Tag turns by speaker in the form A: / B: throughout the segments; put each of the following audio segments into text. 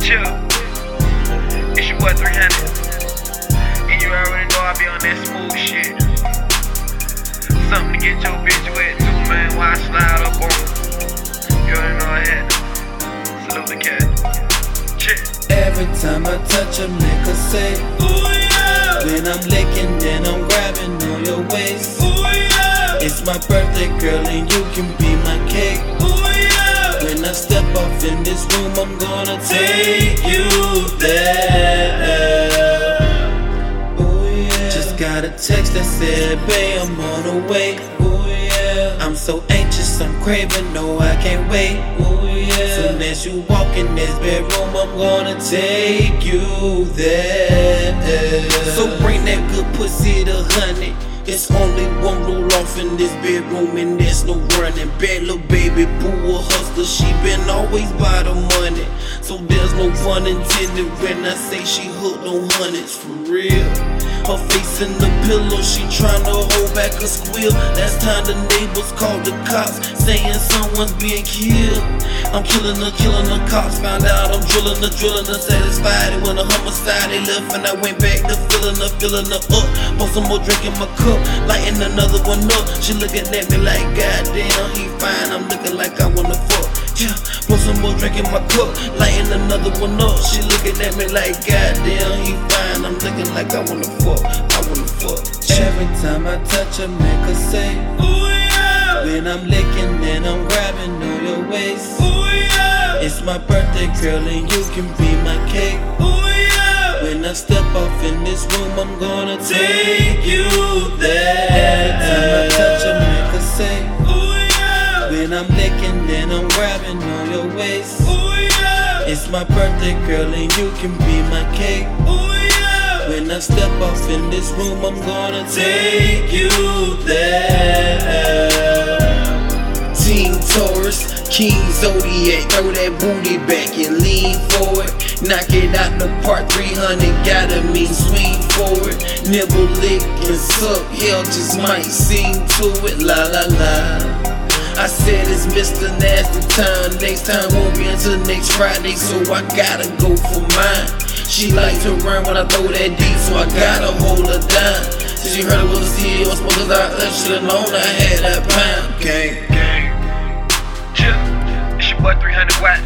A: chill. It's your boy 300. And you already know I be on that smooth shit. Something to get your bitch wet too, man. Why I slide up on her. You already know I had. Salute the cat. Shit.
B: Every time I touch a nigga say,
A: Ooh yeah.
B: When I'm licking, then I'm grabbing on your waist.
A: Ooh yeah.
B: It's my birthday, girl, and you can be my cake.
A: Ooh yeah.
B: When I step off in this room, I'm gonna take you there. Ooh, yeah. Just got a text that said, Babe, I'm on the way. Ooh, yeah. I'm so anxious, I'm craving, no, I can't wait. Ooh, yeah. Soon as you walk in this bedroom, I'm gonna take you there. So bring that good pussy to honey. It's only one rule off in this bedroom, and there's no running. Bad little baby, boo a hustler, she been always by the money. So there's no fun intended when I say she hooked on hundreds for real. Her face in the pillow, she tryna hold back a squeal. Last time the neighbors called the cops, saying someone's being killed. I'm killing her, killing her cops. Found out I'm drilling her, drilling her, satisfied. It when a homicide, they left, and I went back to filling her, filling her up. Pour some more drink in my cup lighting another one up. She looking at me like, goddamn, he fine. I'm looking like I wanna fuck. Yeah, put some more drink in my cup, lighting another one up. She looking at me like, goddamn, he fine. I'm looking like I wanna fuck. I wanna fuck. Yeah. Every time I touch her, make her say,
A: Ooh yeah.
B: When I'm licking, then I'm grabbing on your waist.
A: Ooh yeah.
B: It's my birthday, girl, and you can be my cake.
A: Ooh yeah.
B: When I step off in this room, I'm gonna take you there.
A: there.
B: Every time I touch her, make her say,
A: Ooh yeah.
B: When I'm licking, then I'm grabbing on your waist.
A: Ooh yeah.
B: It's my birthday, girl, and you can be my cake.
A: Ooh yeah.
B: When I step off in this room, I'm gonna take you there. Team Taurus. King Zodiac, throw that booty back and lean forward. Knock it out the park, 300 gotta mean swing forward. Nibble, lick, and suck, hell just might sing to it, la la la. I said it's Mr. Nasty time, next time won't be until next Friday, so I gotta go for mine. She likes to run when I throw that deep, so I gotta hold her down. Since you heard it was a CEO, smokers I up, shit alone, I had that pound. Gang.
A: It's your boy 300 Watts.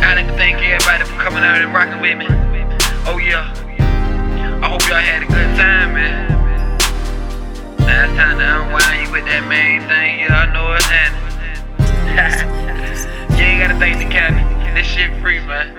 A: I like to thank everybody for coming out and rocking with me. Oh yeah. I hope y'all had a good time, man. Now it's time to unwind you with that main thing. Yeah, I know it's happening. you ain't gotta thank the county. This shit free, man.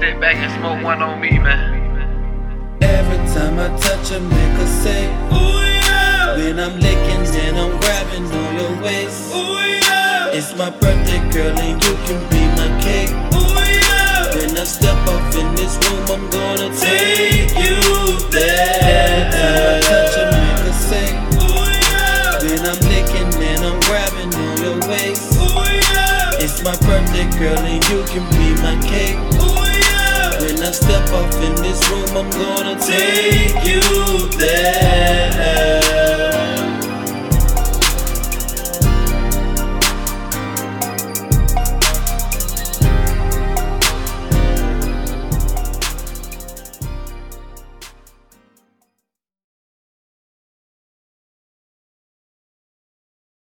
A: Sit back and smoke one on me, man.
B: Every time I touch a nigga say,
A: Ooh yeah.
B: When I'm licking, then I'm grabbing on your waist.
A: Ooh yeah.
B: It's my birthday, girl, and you can be my cake.
A: Ooh, yeah.
B: When I step off in this room, I'm gonna
A: take you
B: there. Every time I touch her, make her say.
A: Ooh, yeah.
B: When I'm licking, then I'm grabbing on your waist.
A: Ooh, yeah.
B: It's my birthday, girl, and you can be my cake.
A: Ooh, yeah.
B: When I step off in this room, I'm gonna
A: take you there.